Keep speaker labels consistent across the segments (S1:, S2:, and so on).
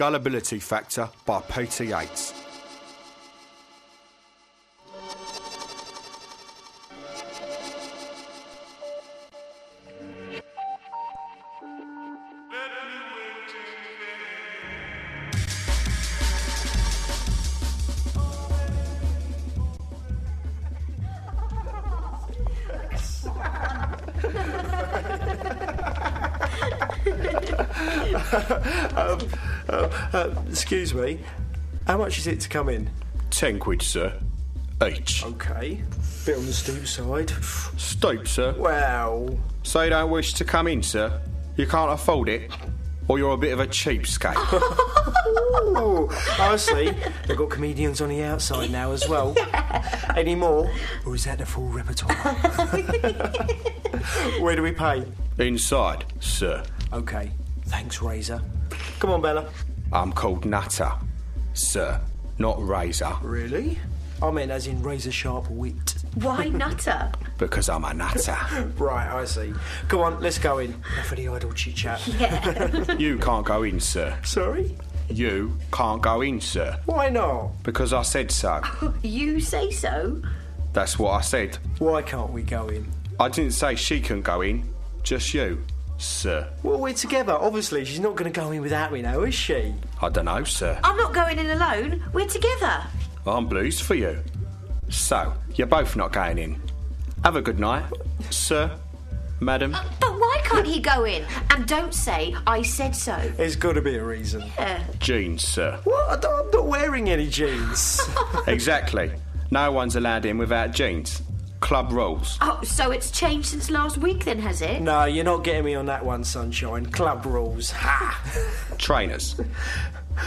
S1: Gullibility Factor by Peter Yates.
S2: Uh, Excuse me. How much is it to come in?
S1: Ten quid, sir. Each.
S2: Okay. Bit on the steep side.
S1: Stoop, sir.
S2: Well,
S1: So you don't wish to come in, sir? You can't afford it? Or you're a bit of a cheapskate?
S2: oh, I see. They've got comedians on the outside now as well. Any more? Or is that the full repertoire? Where do we pay?
S1: Inside, sir.
S2: Okay. Thanks, Razor. Come on, Bella.
S1: I'm called Nutter, sir, not Razor,
S2: Really? I meant as in razor sharp wit.
S3: Why nutter?
S1: because I'm a nutter.
S2: Right, I see. Come on, let's go in. Enough for the idle chit chat.
S1: you can't go in, sir.
S2: Sorry?
S1: You can't go in, sir,
S2: Why not?
S1: because I said so.
S3: You say so.
S1: That's what I said.
S2: Why can't we go in?
S1: I didn't say she can go in, just you, sir.
S2: Well, we're together. Obviously, she's not going to go in without me now, is she?
S1: I don't know, sir.
S3: I'm not going in alone. We're together.
S1: I'm blues for you. So, you're both not going in. Have a good night, sir, madam.
S3: But why can't he go in? And don't say I said so.
S2: There's got to be a reason.
S3: Yeah.
S1: Jeans, sir.
S2: What? I don't- I'm not wearing any jeans.
S1: Exactly. No one's allowed in without jeans. Club rules.
S3: Oh, so it's changed since last week then, has it?
S2: no, you're not getting me on that one, sunshine. Club rules. Ha!
S1: Trainers.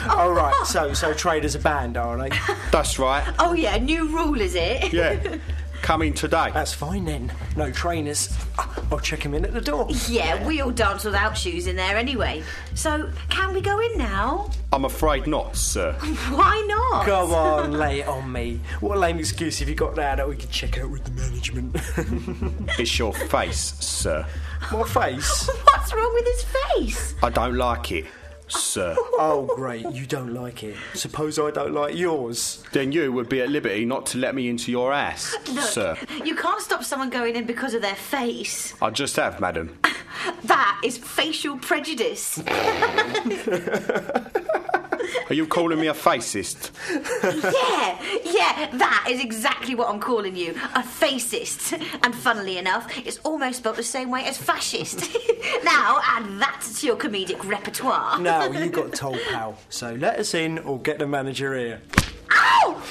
S2: All right. So, so traders are banned, are they?
S1: That's right.
S3: Oh yeah, new rule is it?
S1: Yeah. Coming today.
S2: That's fine then. No trainers. I'll check him in at the door.
S3: Yeah, we all dance without shoes in there anyway. So can we go in now?
S1: I'm afraid not, sir.
S3: Why not?
S2: Come on, lay it on me. What a lame excuse have you got now that we can check out with the management?
S1: It's your face, sir.
S2: My face.
S3: What's wrong with his face?
S1: I don't like it, sir.
S2: Oh, great. You don't like it. Suppose I don't like yours.
S1: Then you would be at liberty not to let me into your ass,
S3: Look,
S1: sir.
S3: you can't stop someone going in because of their face.
S1: I just have, madam.
S3: That is facial prejudice.
S1: Are you calling me a fascist?
S3: Yeah, yeah, that is exactly what I'm calling you a fascist. And funnily enough, it's almost spelt the same way as fascist. now, add that to your comedic repertoire.
S2: No, you got told, pal. So let us in or get the manager here.
S3: Ow!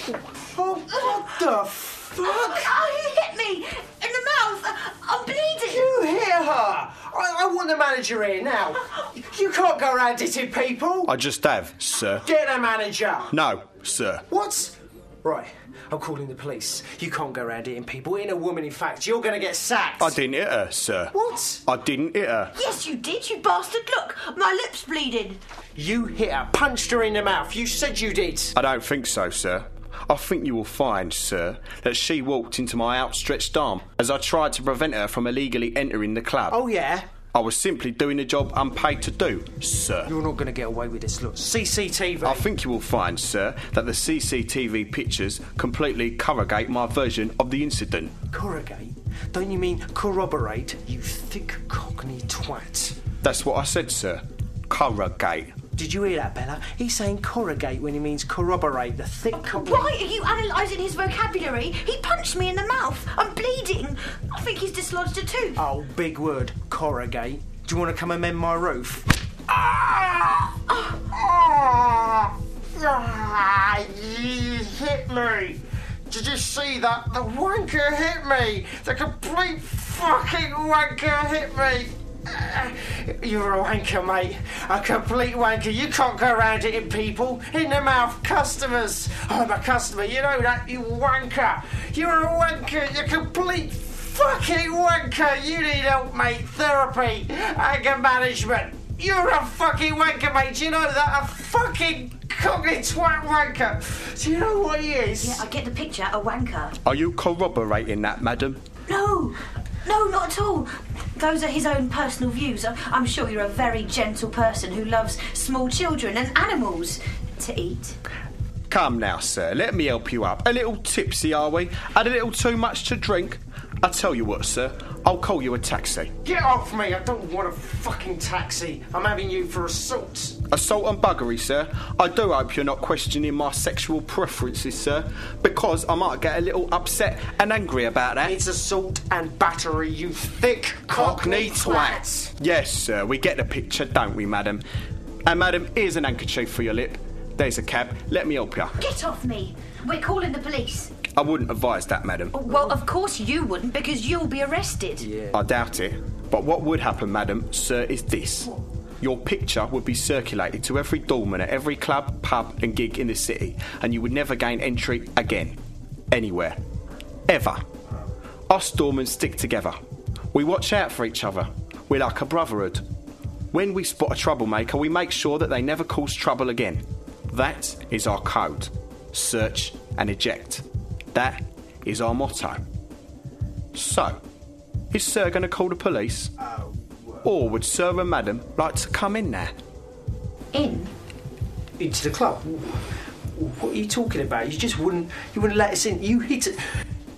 S2: Oh, what the fuck?
S3: Oh, you hit me! In the mouth! I'm bleeding!
S2: You hear her? I, I want the manager here now. You can't go around hitting people.
S1: I just have, sir.
S2: Get a manager.
S1: No, sir.
S2: What? Right, I'm calling the police. You can't go around hitting people. Ain't a woman, in fact. You're gonna get sacked.
S1: I didn't hit her, sir.
S2: What?
S1: I didn't hit her.
S3: Yes, you did, you bastard! Look, my lip's bleeding!
S2: You hit her, punched her in the mouth. You said you did.
S1: I don't think so, sir. I think you will find, sir, that she walked into my outstretched arm as I tried to prevent her from illegally entering the club.
S2: Oh yeah.
S1: I was simply doing a job I'm paid to do, sir.
S2: You're not gonna get away with this. Look, CCTV.
S1: I think you will find, sir, that the CCTV pictures completely corrugate my version of the incident.
S2: Corrugate? Don't you mean corroborate? You thick cockney twat.
S1: That's what I said, sir. Corrugate.
S2: Did you hear that, Bella? He's saying corrugate when he means corroborate. The thick cockney.
S3: Why are you analysing his vocabulary? He punched me in the mouth! I'm bleeding! I think he's dislodged a tooth!
S2: Oh, big word, corrugate. Do you want to come and mend my roof?
S3: Oh,
S4: Ah, you hit me. Did you see that? The wanker hit me. The complete fucking wanker hit me. Ah, You're a wanker, mate. A complete wanker. You can't go around hitting people in the mouth. Customers. I'm a customer. You know that, you wanker. You're a wanker. You're a complete fucking wanker. You need help, mate. Therapy. Anger management. You're a fucking wanker, mate. Do you know that? A fucking cockney twat wanker. Do you know what he is?
S3: I get the picture, a wanker.
S1: Are you corroborating that, madam?
S3: No, no, not at all. Those are his own personal views. I- I'm sure you're a very gentle person who loves small children and animals to eat.
S1: Come now, sir, let me help you up. A little tipsy, are we? Had a little too much to drink? I tell you what, sir, I'll call you a taxi.
S5: Get off me! I don't want a fucking taxi. I'm having you for assault.
S1: Assault and buggery, sir. I do hope you're not questioning my sexual preferences, sir, because I might get a little upset and angry about that.
S5: It's assault and battery, you thick cockney twat.
S1: Yes, sir, we get the picture, don't we, madam? And, madam, here's an handkerchief for your lip. There's a cab. Let me help you.
S3: Get off me! We're calling the police.
S1: I wouldn't advise that, madam.
S3: Oh, Well, of course you wouldn't, because you'll be arrested.
S1: I doubt it. But what would happen, madam, sir, is this. Your picture would be circulated to every doorman at every club, pub, and gig in the city, and you would never gain entry again. Anywhere. Ever. Us doormen stick together. We watch out for each other. We're like a brotherhood. When we spot a troublemaker, we make sure that they never cause trouble again. That is our code search and eject. That is our motto. So, is Sir going to call the police? Or would Sir and Madam like to come in there?
S3: In.
S6: Into the club. What are you talking about? You just wouldn't. You wouldn't let us in. You hit it.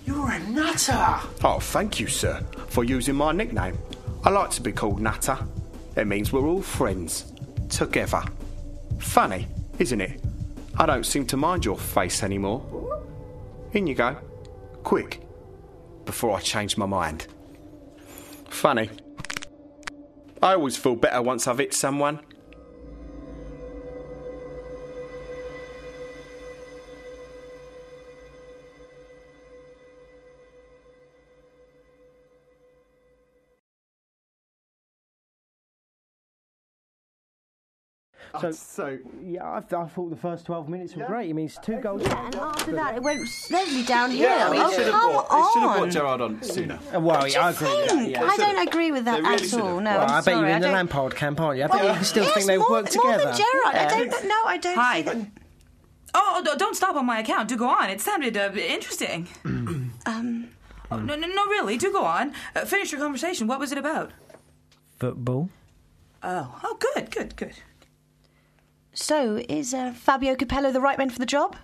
S6: You're a nutter.
S1: Oh, thank you, sir, for using my nickname. I like to be called Natter. It means we're all friends. Together. Funny, isn't it? I don't seem to mind your face anymore. In you go. Quick. Before I change my mind. Funny. I always feel better once I've hit someone.
S2: So, yeah, I, I thought the first 12 minutes were great. It means two goals.
S3: And after that, it went steadily downhill.
S7: They should have bought, they should have bought Gerard on sooner.
S2: Well, yeah, I agree with that. Yeah.
S3: I don't agree with that
S7: They really
S3: at
S7: should
S3: all.
S7: have.
S3: No,
S2: Well,
S3: I'm
S2: I bet
S3: sorry.
S2: you're
S3: I
S2: in the
S3: don't-
S2: lamp hard camp, aren't you? I bet
S3: Well,
S2: you still
S3: yes,
S2: think they
S3: more,
S2: work
S3: more
S2: together.
S3: than Gerard. I don't. No, I don't.
S8: Hi.
S3: think-
S8: Oh, no, don't stop on my account. Do go on. It sounded uh, interesting. um. no, no, no, really. Do go on. Uh, finish your conversation. What was it about?
S2: Football.
S8: Oh, oh, good, good, good.
S3: So, is uh, Fabio Capello the right man for the job?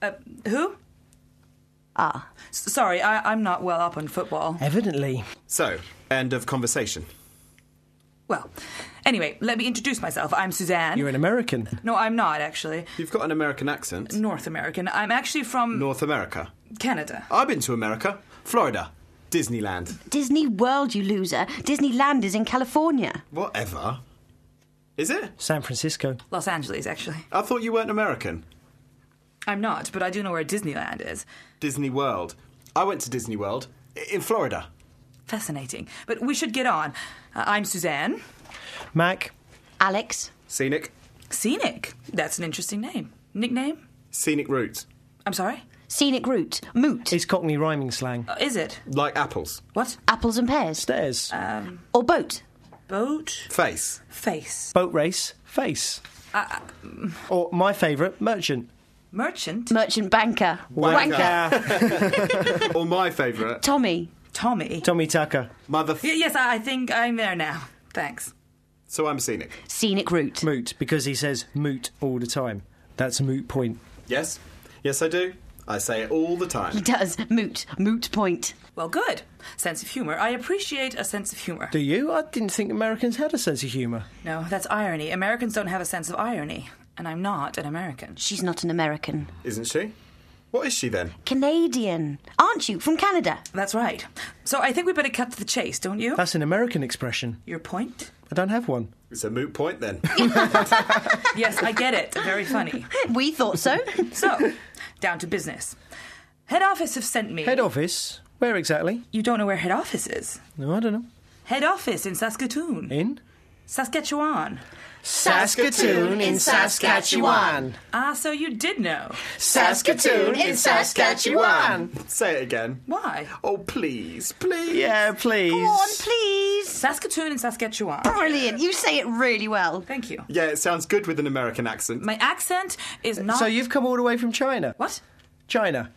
S8: Uh, who?
S3: Ah.
S8: S- sorry, I- I'm not well up on football.
S2: Evidently.
S7: So, end of conversation.
S8: Well, anyway, let me introduce myself. I'm Suzanne.
S2: You're an American.
S8: no, I'm not actually.
S7: You've got an American accent.
S8: North American. I'm actually from
S7: North America.
S8: Canada.
S7: I've been to America. Florida. Disneyland.
S3: Disney World, you loser. Disneyland is in California.
S7: Whatever. Is it?
S2: San Francisco.
S8: Los Angeles, actually.
S7: I thought you weren't American.
S8: I'm not, but I do know where Disneyland is.
S7: Disney World. I went to Disney World i- in Florida.
S8: Fascinating. But we should get on. Uh, I'm Suzanne.
S2: Mac.
S3: Alex,
S7: Scenic.
S8: Scenic. That's an interesting name. Nickname?
S7: Scenic route.
S8: I'm sorry?
S3: scenic route, moot,
S2: It's Cockney rhyming slang.
S8: Uh, is it?
S7: Like apples.
S8: What?
S3: apples and pears,
S2: Stairs.
S3: uh, or boat.
S8: Boat?
S7: Face.
S8: Face.
S2: Boat race. Face.
S3: uh, mm.
S2: or my favourite, merchant.
S8: Merchant?
S3: Merchant banker,
S7: Wanker.
S2: Ah,
S7: or my favourite.
S3: Tommy,
S8: Tommy?
S2: Tommy Tucker.
S7: Mother.
S8: Y- yes, I I think I'm there now. Thanks.
S7: So I'm scenic.
S3: scenic route.
S2: Moot, because he says moot all the time. That's a moot point.
S7: Yes. Yes, I do. I say it all the
S3: He
S7: time.
S3: does moot, moot point.
S8: Well, good. Sense of humor. I appreciate a sense of humor.
S2: Do you? I didn't think Americans had a sense of humour.
S8: No, that's irony. Americans don't have a sense of irony. And I'm not an American.
S3: She's not an American,
S7: Isn't she? What is she then?
S3: Canadian, aren't you? From Canada.
S8: That's right. So I think we better cut to the chase, don't you?
S2: That's an American expression.
S8: Your point?
S2: I don't have one.
S7: It's a moot point then.
S8: Yes, I get it. Very funny.
S3: We thought so.
S8: So, down to business. Head office have sent me.
S2: Head office. Where exactly?
S8: You don't know where head office is?
S2: No, I don't know.
S8: Head office in Saskatoon.
S2: In?
S8: Saskatchewan.
S2: Saskatoon in Saskatchewan.
S8: Ah, so you did know.
S2: Saskatoon in Saskatchewan.
S7: say it again.
S8: Why?
S7: Oh, please, please.
S2: Yeah, please.
S3: Go on, please.
S8: Saskatoon in Saskatchewan.
S3: Brilliant. You say it really well.
S8: Thank you.
S7: Yeah, it sounds good with an American accent.
S8: My accent is not.
S2: So you've come all the way from China?
S8: What?
S2: China.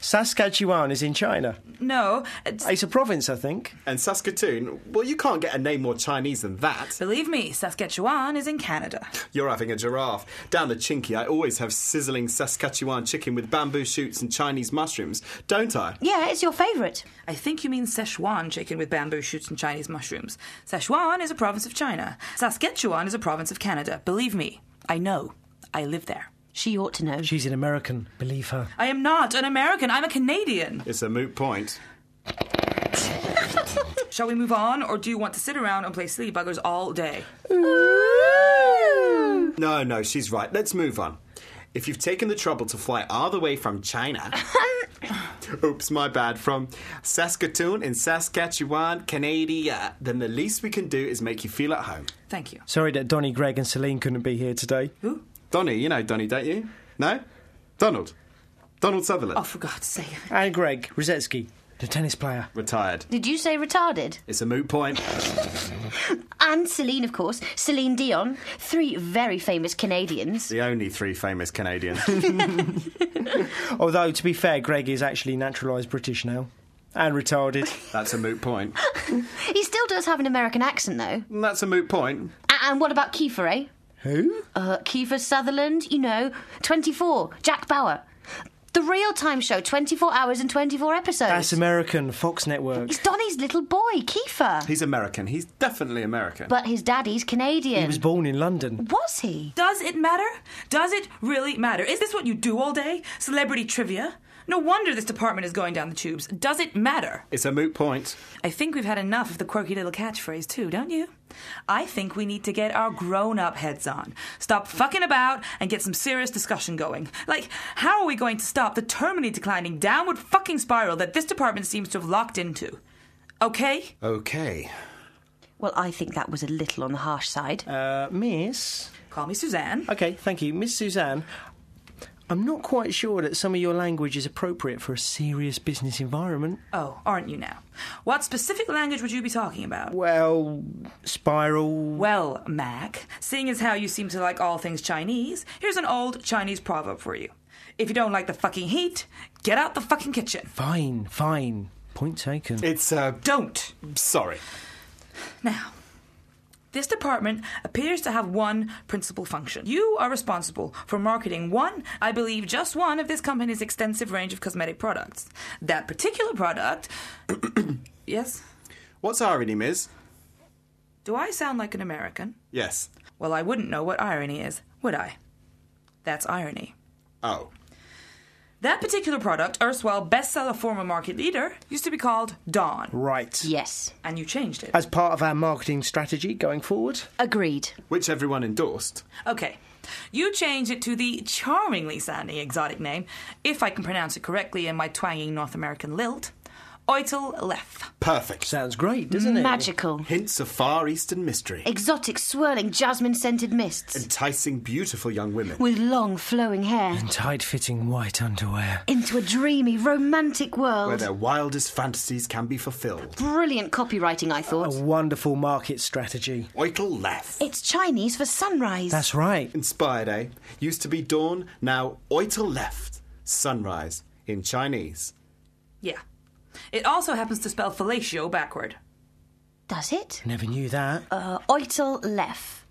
S2: Saskatchewan is in China.
S8: No, it's,
S2: It's a province, I think.
S1: And Saskatoon, well, you can't get a name more Chinese than that.
S8: believe me, Saskatchewan is in Canada.
S1: You're having a giraffe. Down the Chinky, I always have sizzling Saskatchewan chicken with bamboo shoots and Chinese mushrooms, don't I?
S7: Yeah, it's your favourite.
S8: I think you mean Sichuan chicken with bamboo shoots and Chinese mushrooms. Sichuan is a province of China. Saskatchewan is a province of Canada. Believe me, I know. I live there.
S7: She ought to know.
S2: She's an American, believe her.
S8: I am not an American. I'm a Canadian.
S1: It's a moot point.
S8: Shall we move on, or do you want to sit around and play silly buggers all day?
S1: No, no, she's right. Let's move on. If you've taken the trouble to fly all the way from China. Oops, my bad. From Saskatoon in Saskatchewan, Canada, then the least we can do is make you feel at home.
S8: Thank you.
S2: Sorry that Donny, Greg, and Celine couldn't be here today.
S1: Donny, you know Donny, don't you? No? Donald. Donald Sutherland.
S8: Oh, for God's sake.
S2: And Greg Rosetsky, the tennis player.
S1: Retired.
S7: Did you say retarded?
S1: It's a moot point.
S7: And Celine, of course. Celine Dion. Three very famous Canadians.
S1: the only three famous Canadians.
S2: Although, to be fair, Greg is actually naturalised British now. And retarded.
S1: That's a moot point.
S7: He still does have an American accent, though.
S1: That's a moot point.
S7: A- And what about Kiefer, eh?
S2: Who?
S7: Uh, Kiefer Sutherland, you know, 24, Jack Bauer. The real time show, 24 hours and 24 episodes.
S2: That's American, Fox Network.
S7: it's Donny's little boy, Kiefer.
S1: He's American. He's definitely American.
S7: But his daddy's Canadian.
S2: He was born in London.
S7: Was he?
S8: Does it matter? Does it really matter? Is this what you do all day? Celebrity trivia? No wonder this department is going down the tubes. Does it matter?
S1: it's a moot point.
S8: I think we've had enough of the quirky little catchphrase, too, don't you? I think we need to get our grown up heads on. Stop fucking about and get some serious discussion going. Like, how are we going to stop the terminally declining downward fucking spiral that this department seems to have locked into? Okay?
S1: Okay.
S7: Well, I think that was a little on the harsh side.
S2: Uh, Miss.
S8: Call me Suzanne.
S2: Okay, thank you. Miss Suzanne, I'm not quite sure that some of your language is appropriate for a serious business environment.
S8: Oh, aren't you now? What specific language would you be talking about?
S2: Well, spiral.
S8: Well, Mac, seeing as how you seem to like all things Chinese, here's an old Chinese proverb for you. If you don't like the fucking heat, get out the fucking kitchen.
S2: Fine, fine. Point taken.
S1: It's a.
S8: Don't.
S1: Sorry.
S8: Now, this department appears to have one principal function. You are responsible for marketing one, I believe just one, of this company's extensive range of cosmetic products. That particular product. yes?
S1: What's irony, Miz?
S8: Do I sound like an American?
S1: Yes.
S8: Well, I wouldn't know what irony is, would I? That's irony.
S1: Oh.
S8: That particular product, erstwhile bestseller former market leader, used to be called Dawn,
S2: right.
S7: yes.
S8: and you changed it.
S2: As part of our marketing strategy going forward,
S7: Agreed.
S1: Which everyone endorsed.
S8: Okay. You changed it to the charmingly sounding exotic name, if I can pronounce it correctly in my twanging North American lilt, Oitel Lef.
S1: Perfect.
S2: sounds great, doesn't it?
S7: Magical.
S1: Hints of Far Eastern mystery.
S7: Exotic, swirling, jasmine scented mists.
S1: Enticing beautiful young women.
S7: With long, flowing hair.
S2: Tight fitting white underwear.
S7: Into a dreamy, romantic
S1: Where
S7: world.
S1: their wildest fantasies can be fulfilled.
S7: Brilliant copywriting, I
S2: A
S7: thought.
S2: wonderful market strategy.
S1: Oitel Left.
S7: It's Chinese for sunrise.
S2: That's right.
S1: Inspired, eh? Used to be dawn, now Oitel Left. Sunrise. In Chinese.
S8: Yeah. It also happens to spell fellatio backward.
S7: Does it?
S2: Never knew that.
S7: Uh, Oitel Lef.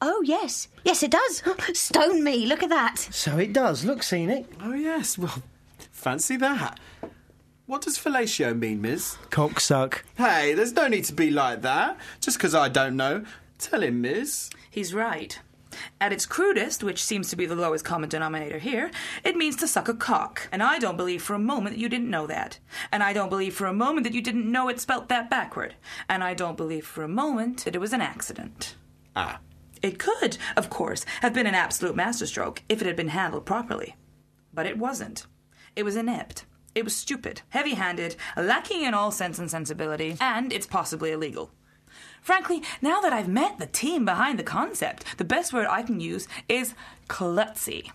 S7: Oh, yes. Yes, it does. Stone me. Look at that.
S2: So it does. Look, scenic.
S1: Oh, yes. Well, fancy that. What does fellatio mean, Miz?
S2: Cocksuck.
S1: Hey, there's no need to be like that. Just 'cause I don't know. Tell him, Miz.
S8: He's right. At its crudest, which seems to be the lowest common denominator here, it means to suck a cock. And I don't believe for a moment that you didn't know that. And I don't believe for a moment that you didn't know it spelt that backward. And I don't believe for a moment that it was an accident.
S1: Ah.
S8: It could, of course, have been an absolute masterstroke if it had been handled properly. But it wasn't. It was inept. It was stupid, heavy handed, lacking in all sense and sensibility, and it's possibly illegal. Frankly, now that I've met the team behind the concept, the best word I can use is klutzy.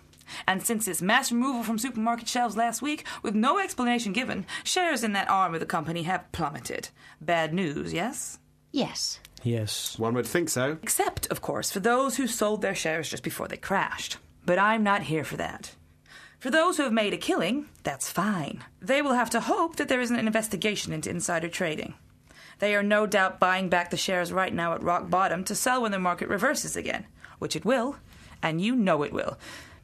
S8: And since its mass removal from supermarket shelves last week, with no explanation given, shares in that arm of the company have plummeted. Bad news, yes?
S7: Yes.
S2: Yes.
S1: One would think so.
S8: Except, of course, for those who sold their shares just before they crashed. But I'm not here for that. For those who have made a killing, that's fine. They will have to hope that there isn't an investigation into insider trading. They are no doubt buying back the shares right now at rock bottom to sell when the market reverses again, which it will, and you know it will,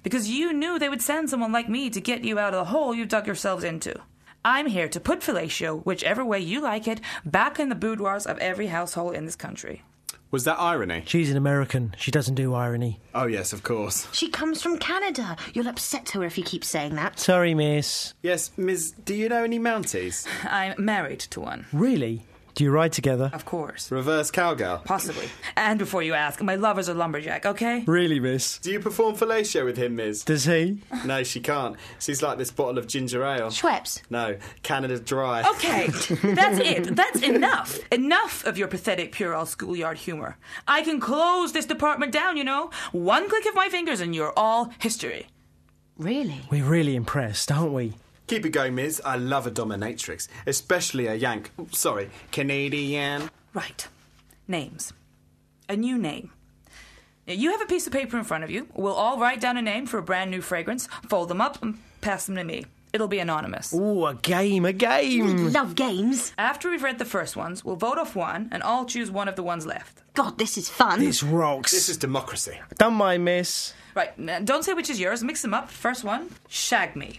S8: because you knew they would send someone like me to get you out of the hole you've dug yourselves into. I'm here to put fellatio, whichever way you like it, back in the boudoirs of every household in this country.
S1: Was that irony?
S2: She's an American. She doesn't do irony.
S1: Oh, yes, of course.
S7: She comes from Canada. You'll upset her if you keep saying that.
S2: Sorry, miss.
S1: Yes, Ms. Do you know any Mounties?
S8: I'm married to one,
S2: Really? Do you ride together?
S8: of course.
S1: Reverse cowgirl.
S8: Possibly. And before you ask, my lover's a lumberjack, okay?
S2: Really, miss?
S1: Do you perform fellatio with him, Ms?
S2: Does he?
S1: No, she can't. She's like this bottle of ginger ale.
S7: Schweppes.
S1: No, Canada Dry.
S8: Okay, that's it. That's enough. Enough of your pathetic puerile schoolyard humor. I can close this department down, you know? One click of my fingers and you're all history.
S7: Really?
S2: We're really impressed, aren't we?
S1: Keep it going, Ms. I love a dominatrix, especially a Yank. Sorry, Canadian.
S8: Right. Names. A new name. Now, You have a piece of paper in front of you. We'll all write down a name for a brand new fragrance, fold them up, and pass them to me. It'll be anonymous.
S2: Ooh, a game, a game!
S7: Love games.
S8: After we've read the first ones, we'll vote off one and all choose one of the ones left.
S7: God, this is fun.
S2: This rocks.
S1: This is democracy.
S2: Don't mind, miss.
S8: Right, n- don't say which is yours. Mix them up. First one, shag me.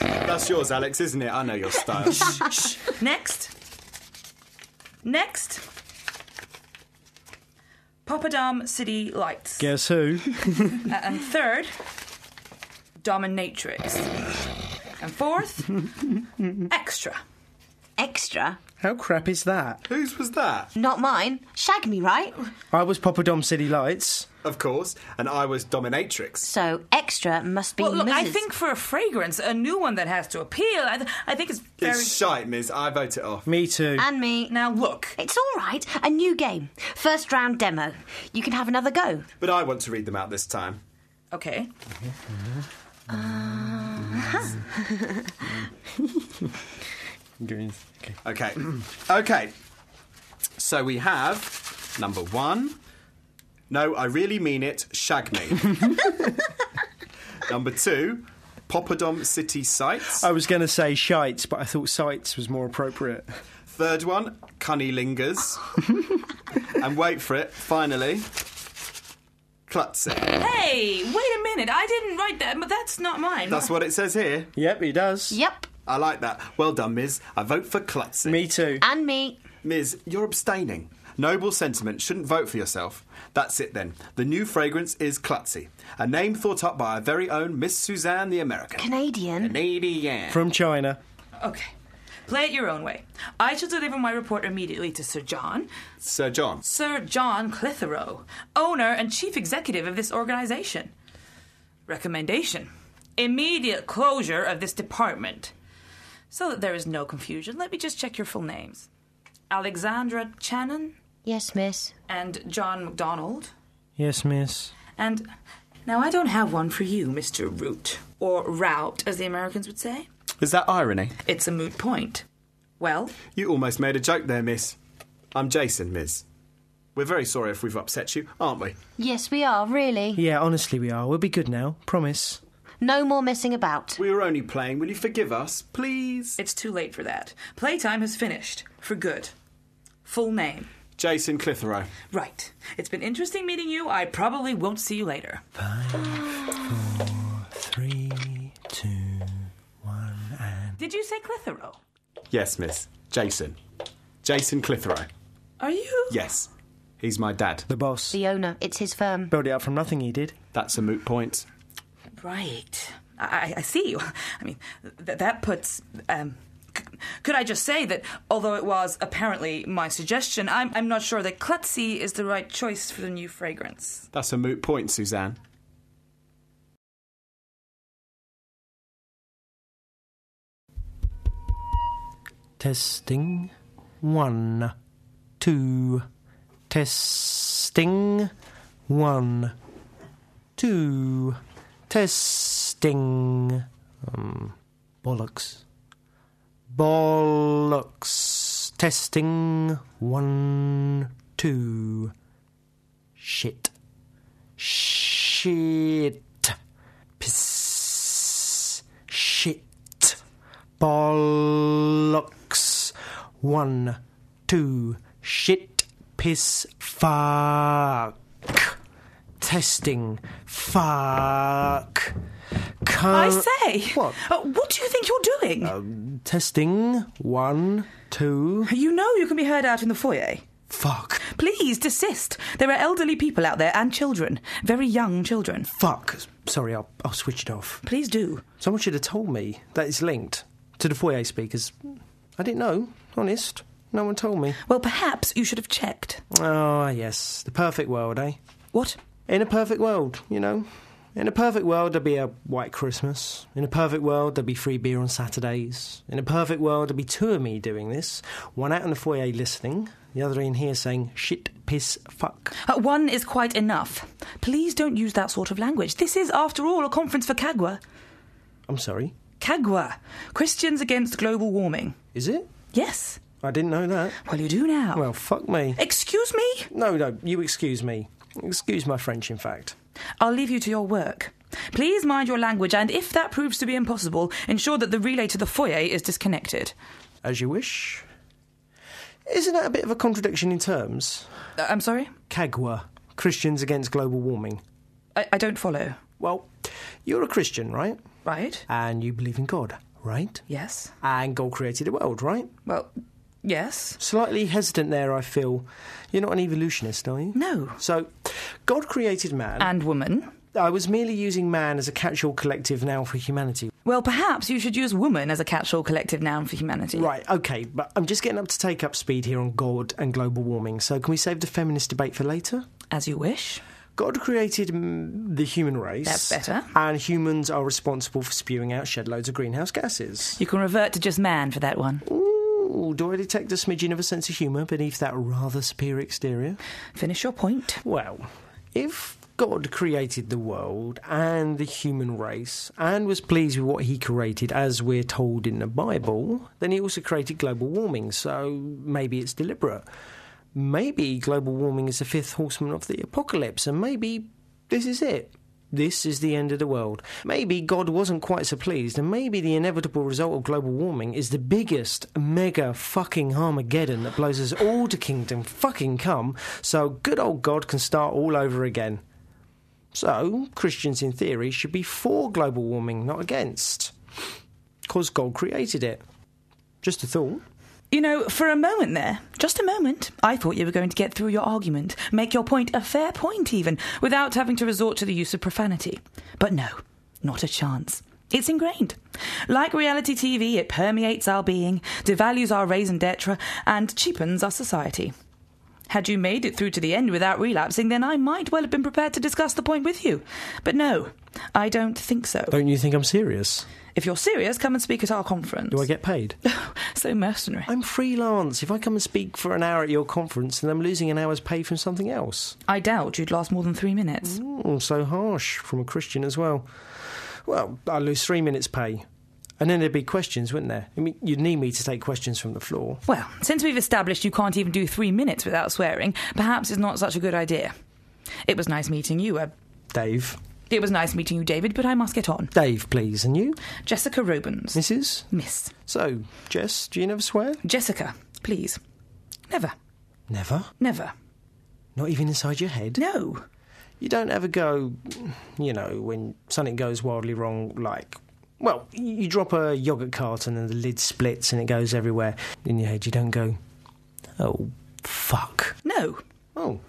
S1: That's yours, Alex, isn't it? I know your style.
S8: Shh. Next. Next. Papadom City Lights.
S2: Guess who?
S8: And third, Dominatrix. And fourth, Extra.
S7: Extra.
S2: How crap is that?
S1: Whose was that?
S7: Not mine. Shag me, right?
S2: I was Papadom City Lights.
S1: Of course, and I was dominatrix.
S7: So extra must be.
S8: Well, look, I
S7: Mrs.
S8: think for a fragrance, a new one that has to appeal, I, th- I think it's very.
S1: It's shite, Ms. I vote it off.
S2: Me too.
S7: And me.
S8: now, look.
S7: It's all right. A new game. First round demo. You can have another go.
S1: But I want to read them out this time.
S8: Okay.
S1: Okay. okay. So we have number one. No, I really mean it. Shag me. number two. Poppadom City Sights.
S2: I was going to say shites, but I thought sites was more appropriate.
S1: Third one, Cunny Lingers. and wait for it, finally. Klutzy.
S8: Hey, wait a minute. I didn't write that, but that's not mine.
S1: That's what it says here.
S2: Yep, he does.
S7: Yep.
S1: I like that. Well done, Ms. I vote for Klutzy.
S2: Me too.
S7: And me.
S1: Ms, you're abstaining. Noble sentiment shouldn't vote for yourself. That's it then. The new fragrance is Klutzy, a name thought up by our very own Miss Suzanne the American.
S7: Canadian.
S1: Canadian.
S2: From China.
S8: Okay. Play it your own way. I shall deliver my report immediately to Sir John,
S1: Sir John.
S8: Sir John Clitheroe, owner and chief executive of this organization. Recommendation immediate closure of this department. So that there is no confusion, let me just check your full names Alexandra Channon
S7: Yes, miss.
S8: and John MacDonald.
S2: Yes, miss.
S8: And now I don't have one for you, Mr. Root, or Rout, as the Americans would say.
S1: Is that irony?
S8: It's a moot point. Well,
S1: You almost made a joke there, Miss. I'm Jason, Miss. We're very sorry if we've upset you, aren't we?
S7: Yes, we are, really.
S2: Yeah, honestly, we are. We'll be good now. Promise.
S7: No more messing about.
S1: We were only playing. Will you forgive us, please?
S8: It's too late for that. Playtime has finished. For good. Full name.
S1: Jason Clitheroe.
S8: Right. It's been interesting meeting you. I probably won't see you later.
S2: Three, two, one, and.
S8: Did you say Clitheroe?
S1: Yes, Miss. Jason. Jason Clitheroe.
S8: Are you?
S1: Yes. He's my dad.
S2: The boss.
S7: The owner. It's his firm.
S2: Built it up from nothing, he did.
S1: That's a moot point.
S8: Right. I, I- I see you. I mean, th- that puts. Um, c- could I just say that although it was apparently my suggestion, I'm, I'm not sure that Klutzy is the right choice for the new fragrance.
S1: That's a moot point, Suzanne.
S2: Testing. One, two. Testing. One, two. Testing. Um, bollocks. Bollocks. Testing. One, two. Shit. Shit. Piss. Bollocks. One, two, shit, piss, fuck. Testing, fuck.
S8: I
S2: Can't-
S8: say.
S2: Uh, What?
S8: Uh, what do you think you're doing?
S2: Testing, one, two,
S8: you know you can be heard out in the foyer.
S2: fuck.
S8: Please desist. There are elderly people out there and children, very young children.
S2: Fuck. Sorry, I'll, I'll switch it off.
S8: Please do.
S2: Someone should have told me that it's linked to the foyer speakers. I didn't know, honest. No one told me.
S8: Well, perhaps you should have checked.
S2: Oh, yes. The perfect world, eh?
S8: What?
S2: In a perfect world, you know. In a perfect world, there'd be a white Christmas. In a perfect world, there'd be free beer on Saturdays. In a perfect world, there'd be two of me doing this one out in the foyer listening, the other in here saying shit, piss, fuck.
S8: Uh, one is quite enough. Please don't use that sort of language. This is, after all, a conference for CAGWA.
S2: I'm sorry.
S8: CAGWA, Christians Against Global Warming.
S2: Is it?
S8: Yes.
S2: I didn't know that.
S8: Well, you do now.
S2: Well, fuck me.
S8: Excuse me?
S2: No, no, you excuse me. Excuse my French, in fact.
S8: I'll leave you to your work. Please mind your language, and if that proves to be impossible, ensure that the relay to the foyer is disconnected.
S2: As you wish. Isn't that a bit of a contradiction in terms?
S8: Uh, I'm sorry?
S2: CAGWA, Christians Against Global Warming.
S8: I, I don't follow.
S2: Well, you're a Christian, right?
S8: Right?
S2: And you believe in God, right?
S8: Yes.
S2: And God created the world, right?
S8: Well, yes.
S2: Slightly hesitant there, I feel. You're not an evolutionist, are you?
S8: No.
S2: So, God created man.
S8: And woman?
S2: I was merely using man as a catch all collective noun for humanity.
S8: Well, perhaps you should use woman as a catch all collective noun for humanity.
S2: Right, okay, but I'm just getting up to take up speed here on God and global warming, so can we save the feminist debate for later?
S8: As you wish.
S2: God created mm, the human race.
S8: That's better.
S2: And humans are responsible for spewing out shed loads of greenhouse gases.
S8: You can revert to just man for that one.
S2: Ooh, do I detect a smidgen of a sense of humour beneath that rather superior exterior?
S8: Finish your point.
S2: Well, if God created the world and the human race and was pleased with what he created, as we're told in the Bible, then he also created global warming, so maybe it's deliberate. Maybe global warming is the fifth horseman of the apocalypse, and maybe this is it. This is the end of the world. Maybe God wasn't quite so pleased, and maybe the inevitable result of global warming is the biggest mega fucking Armageddon that blows us all to kingdom fucking come, so good old God can start all over again. So, Christians in theory should be for global warming, not against. Because God created it. Just a thought.
S8: You know, for a moment there, just a moment, I thought you were going to get through your argument, make your point a fair point even, without having to resort to the use of profanity. But no, not a chance. It's ingrained. Like reality TV, it permeates our being, devalues our raison d'etre, and cheapens our society. Had you made it through to the end without relapsing, then I might well have been prepared to discuss the point with you. But no, I don't think so.
S2: Don't you think I'm serious?
S8: If you're serious, come and speak at our conference.
S2: Do I get paid?
S8: so mercenary?
S2: I'm freelance. If I come and speak for an hour at your conference, then I'm losing an hour's pay from something else.
S8: I doubt you'd last more than three minutes.
S2: Mm, so harsh from a Christian as well. Well, I'd lose three minutes' pay. And then there'd be questions, wouldn't there? I mean, you'd need me to take questions from the floor.
S8: Well, since we've established you can't even do three minutes without swearing, perhaps it's not such a good idea. It was nice meeting you. Uh,
S2: Dave.
S8: it was nice meeting you, David, but I must get on.
S2: Dave, please. And you?
S8: Jessica Robins.
S2: Mrs.?
S8: Miss.
S2: So, Jess, do you never swear?
S8: Jessica, please. Never.
S2: Never.
S8: Never.
S2: Not even inside your head?
S8: No.
S2: You don't ever go, you know, when something goes wildly wrong, like, well, you drop a yogurt carton and the lid splits and it goes everywhere. In your head, you don't go, oh, fuck.
S8: No.
S2: Oh,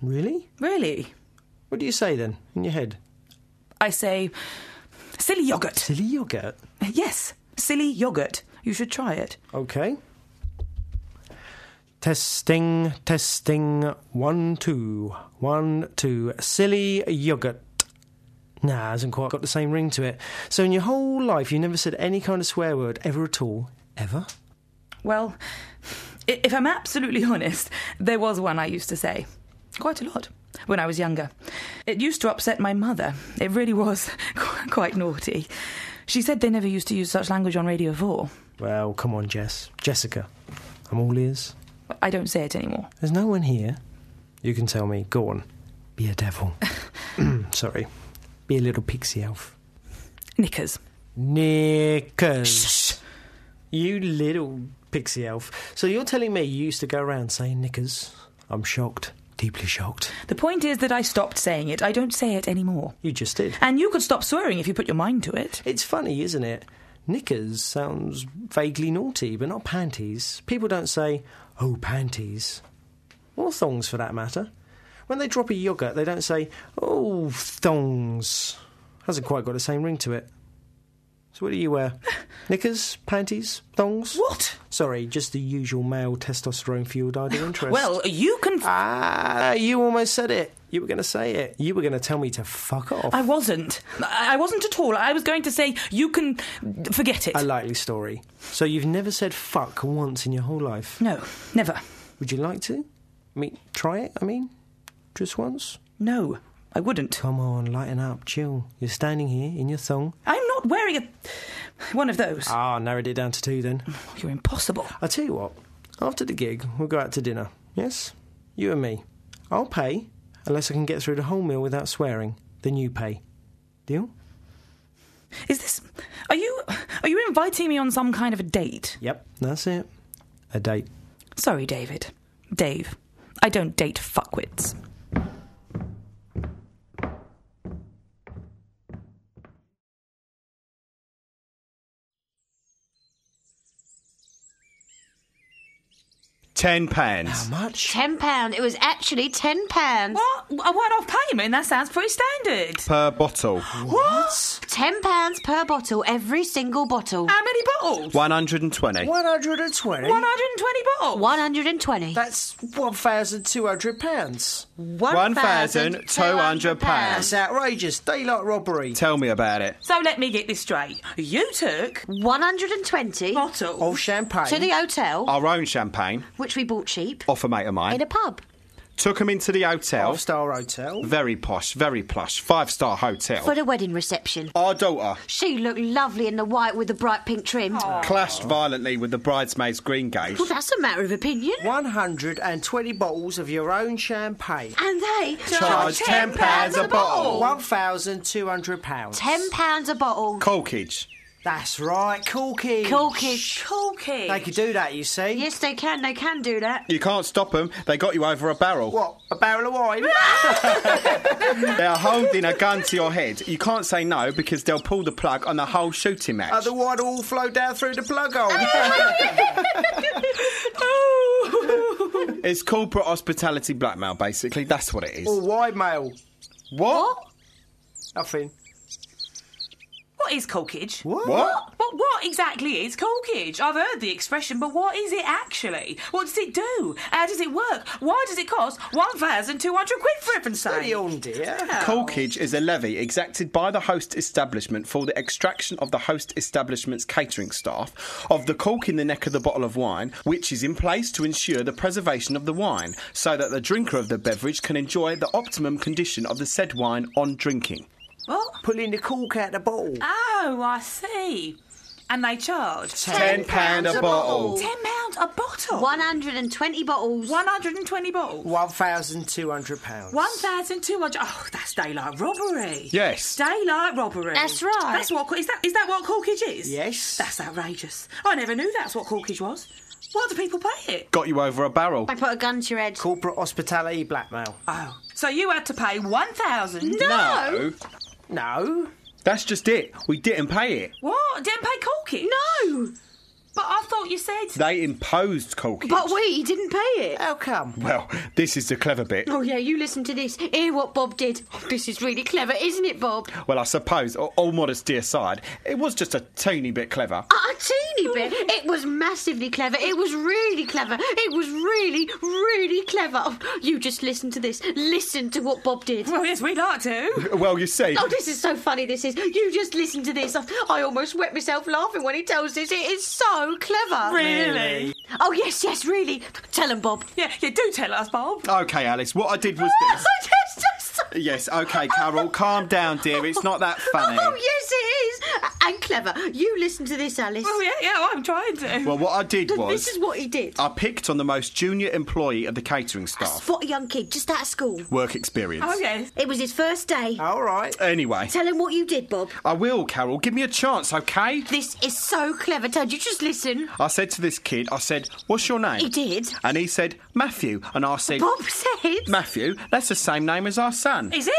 S2: really?
S8: Really.
S2: What do you say then, in your head?
S8: I say, silly yogurt.
S2: Silly yogurt.
S8: Yes, silly yogurt. You should try it.
S2: Okay. Testing, testing. One, two, one, two. Silly yogurt. Nah, hasn't quite got the same ring to it. So, in your whole life, you never said any kind of swear word ever at all? Ever?
S8: Well, i- if I'm absolutely honest, there was one I used to say. Quite a lot. When I was younger. It used to upset my mother. It really was qu- quite naughty. She said they never used to use such language on Radio 4.
S2: Well, come on, Jess. Jessica. I'm all ears.
S8: But I don't say it anymore.
S2: There's no one here. You can tell me. Go on. Be a devil. Sorry. Be a little pixie elf.
S8: Knickers.
S2: Knickers. You little pixie elf. So you're telling me you used to go around saying knickers? I'm shocked. Deeply shocked.
S8: The point is that I stopped saying it. I don't say it anymore.
S2: You just did.
S8: And you could stop swearing if you put your mind to it.
S2: It's funny, isn't it? Knickers sounds vaguely naughty, but not panties. People don't say, oh, panties. Or thongs, for that matter. When they drop a yogurt, they don't say, oh, thongs. Hasn't quite got the same ring to it. So, what do you wear? Knickers, panties, thongs?
S8: What?
S2: Sorry, just the usual male testosterone fueled idle interest.
S8: Well, you can.
S2: Ah, you almost said it. You were going to say it. You were going to tell me to fuck off.
S8: I wasn't. I I wasn't at all. I was going to say you can forget it.
S2: a likely story. So you've never said fuck once in your whole life.
S8: no, never.
S2: Would you like to? I mean, try it. I mean, just once.
S8: No, I wouldn't.
S2: Come on, lighten up, chill. You're standing here in your thong.
S8: I'm not wearing a one of those.
S2: Ah, narrowed it down to two then.
S8: You're impossible.
S2: I tell you what. After the gig, we'll go out to dinner. Yes, you and me. I'll pay unless I can get through the whole meal without swearing. Then you pay. Deal?
S8: Is this? Are you? Are you inviting me on some kind of a date?
S2: Yep. That's it. A date.
S8: Sorry, David. Dave, I don't date fuckwits.
S1: Ten pounds.
S2: Much.
S7: Ten pound. It was actually ten pounds.
S8: What? A one-off payment? That sounds pretty standard.
S1: Per bottle,
S8: What?
S7: Ten pounds per bottle, every single bottle.
S8: How many bottles?
S1: 120.
S2: 120?
S8: One hundred and twenty bottles.
S7: One hundred and twenty.
S2: That's 1,200 pounds.
S7: One thousand two hundred
S2: That's outrageous. Daylight robbery.
S1: Tell me about it.
S8: So let me get this straight. You took
S7: One hundred and twenty to
S8: bottle.
S2: Of champagne.
S7: the hotel,
S1: Our own champagne,
S7: which we bought cheap
S1: off a mate of
S7: in
S1: mine.
S7: a pub.
S1: Took him into the hotel.
S2: Five star hotel.
S1: Very posh, very plush. Five star hotel.
S7: For the wedding reception.
S1: Our daughter
S7: She looked lovely in the white with the bright pink trim.
S1: clashed violently with the bridesmaid's green gauge.
S7: Well, that's a matter of opinion.
S2: 120 bottles of your own champagne.
S7: And they
S1: Charge ten pounds a bottle.
S2: 1,200 pounds.
S7: ten pounds a bottle.
S1: Colkage.
S2: That's right. Cool kids.
S7: Cool kids.
S8: Corky.
S2: They could do that, you see.
S7: Yes, they can. They can do that.
S1: You can't stop them. They got you over a barrel.
S2: What? A barrel of wine?
S1: They're holding a gun to your head. You can't say no because they'll pull the plug on the whole shooting match.
S2: the wine will all flow down through the plug
S7: Oh
S2: hole.
S1: It's corporate hospitality blackmail, basically. That's what it is.
S2: or wide mail.
S1: What?
S2: Nothing.
S8: What is corkage?
S1: What?
S8: Oh, But what exactly is corkage? I've heard the expression, but what is it actually? What does it do? How does it work? Why does it cost 1,200 quid for Oh, it and
S2: Steady
S8: say?
S2: on, dear.
S1: Colkage is a levy exacted by the host establishment for the extraction of the host establishment's catering staff of the cork in the neck of the bottle of wine, which is in place to ensure the preservation of the wine, so that the drinker of the beverage can enjoy the optimum condition of the said wine on drinking.
S8: What?
S2: Pulling the cork out the bottle.
S8: Oh, I see. And they charge
S1: Ten pound a bottle.
S8: ten pounds a bottle.
S7: One hundred and twenty bottles.
S8: 120 bottles.
S2: 1,200 pounds.
S8: 1,200. Oh, that's daylight robbery.
S1: Yes.
S8: Daylight robbery.
S7: That's right.
S8: That's what is that? Is that what corkage is?
S2: Yes.
S8: That's outrageous. I never knew that's what corkage was. Why do people pay it?
S1: Got you over a barrel.
S7: I put a gun to your head.
S2: Corporate hospitality blackmail.
S8: Oh, so you had to pay one thousand.
S1: No.
S2: No.
S1: That's just it. We didn't pay it.
S8: What? Didn't pay corkage?
S7: No,
S8: But I thought you said.
S1: They imposed colkage.
S7: but we didn't pay it.
S2: How come?
S1: Well, this is the clever bit.
S7: Oh yeah, you listen to this. Hear what Bob did. Oh, This is really clever, isn't it, Bob?
S1: Well, I suppose, a- all modesty aside, it was just a teeny bit clever.
S7: A, a teeny bit. It was massively clever. It was really clever. It was really, really clever. Oh, you just listen to this. Listen to what Bob did.
S8: Well, yes, we'd like to.
S1: Well, you see,
S7: Oh, this is so funny. This is. You just listen to this. I- I almost wet myself laughing when he tells this. It is so clever.
S8: Really?
S7: Oh yes, yes, really. Tell him, Bob.
S8: Yeah, yeah. Do tell us, Bob.
S1: Okay, Alice, what I did was this.
S7: Yes, yes, yes.
S1: Yes, okay, Carol, calm down, dear. It's not that funny.
S7: Oh yes, it is. and clever. You listen to this, Alice.
S8: Oh, yeah, yeah, well, I'm trying to.
S1: Well, what I did
S7: Th-
S1: was Oh.
S7: This is what he did.
S1: I picked on the most junior employee of the catering staff.
S7: Spot a young kid just out of school.
S1: Work experience.
S7: Oh,
S8: okay.
S7: It was his first day.
S2: All right.
S1: Anyway,
S7: Tell him what you did, Bob.
S1: I will, Carol. Give me a chance, okay?
S7: This is so clever, Ted. You just listen.
S1: I said to this kid, I said, "What's your name?"
S7: He did.
S1: and he said, "Matthew." And I said,
S7: Bob said.
S1: "Matthew, that's the same name as our son."
S8: Is it?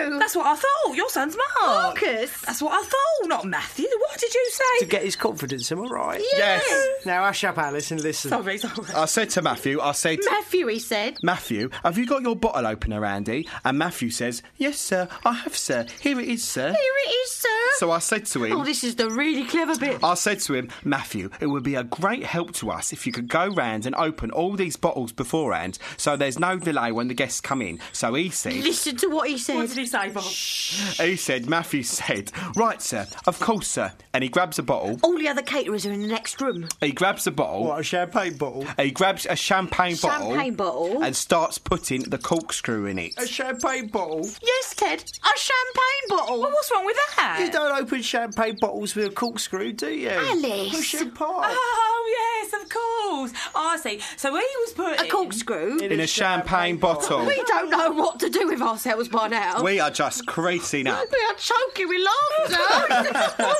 S7: No.
S8: That's what I thought. Your son's Mark.
S7: Marcus.
S8: That's what I thought, not Matthew. What did you say?
S2: To get his confidence, am I right?
S1: Yes.
S2: Now, ash up, Alice, and listen.
S8: Sorry, sorry.
S1: I said to Matthew, I said,
S7: Matthew, he said.
S1: Matthew, have you got your bottle opener, Andy? And Matthew says, Yes, sir, I have, sir. Here it is, sir.
S7: Here it is, sir.
S1: So I Oh. said to him,
S7: oh, this is the really clever bit.
S1: I said to him, Matthew, it would be a great help to us if you could go round and open all these bottles beforehand so there's no delay when the guests come in. So he said,
S7: Listen to what he
S8: what
S7: said.
S8: did he say, Bob?
S1: he said, Matthew said, Right, sir, of course, sir. And he grabs a bottle.
S7: All the other caterers are in the next room.
S1: He grabs a bottle.
S2: What, a champagne bottle?
S1: He grabs a champagne bottle.
S7: Champagne bottle.
S1: And starts putting the corkscrew in it.
S2: A champagne bottle?
S7: Yes, Ted. A champagne bottle.
S8: Well, what's wrong with
S2: You
S8: that?
S2: don't open champagne bottles with a corkscrew, do you?
S7: Alice.
S2: Push and pop.
S8: Oh, yes, of course. Oh, I see. So he was putting...
S7: A corkscrew.
S1: In a champagne bottle.
S7: We don't know what to do with ourselves by now.
S1: We are just creasing up.
S7: We are choking with laughter.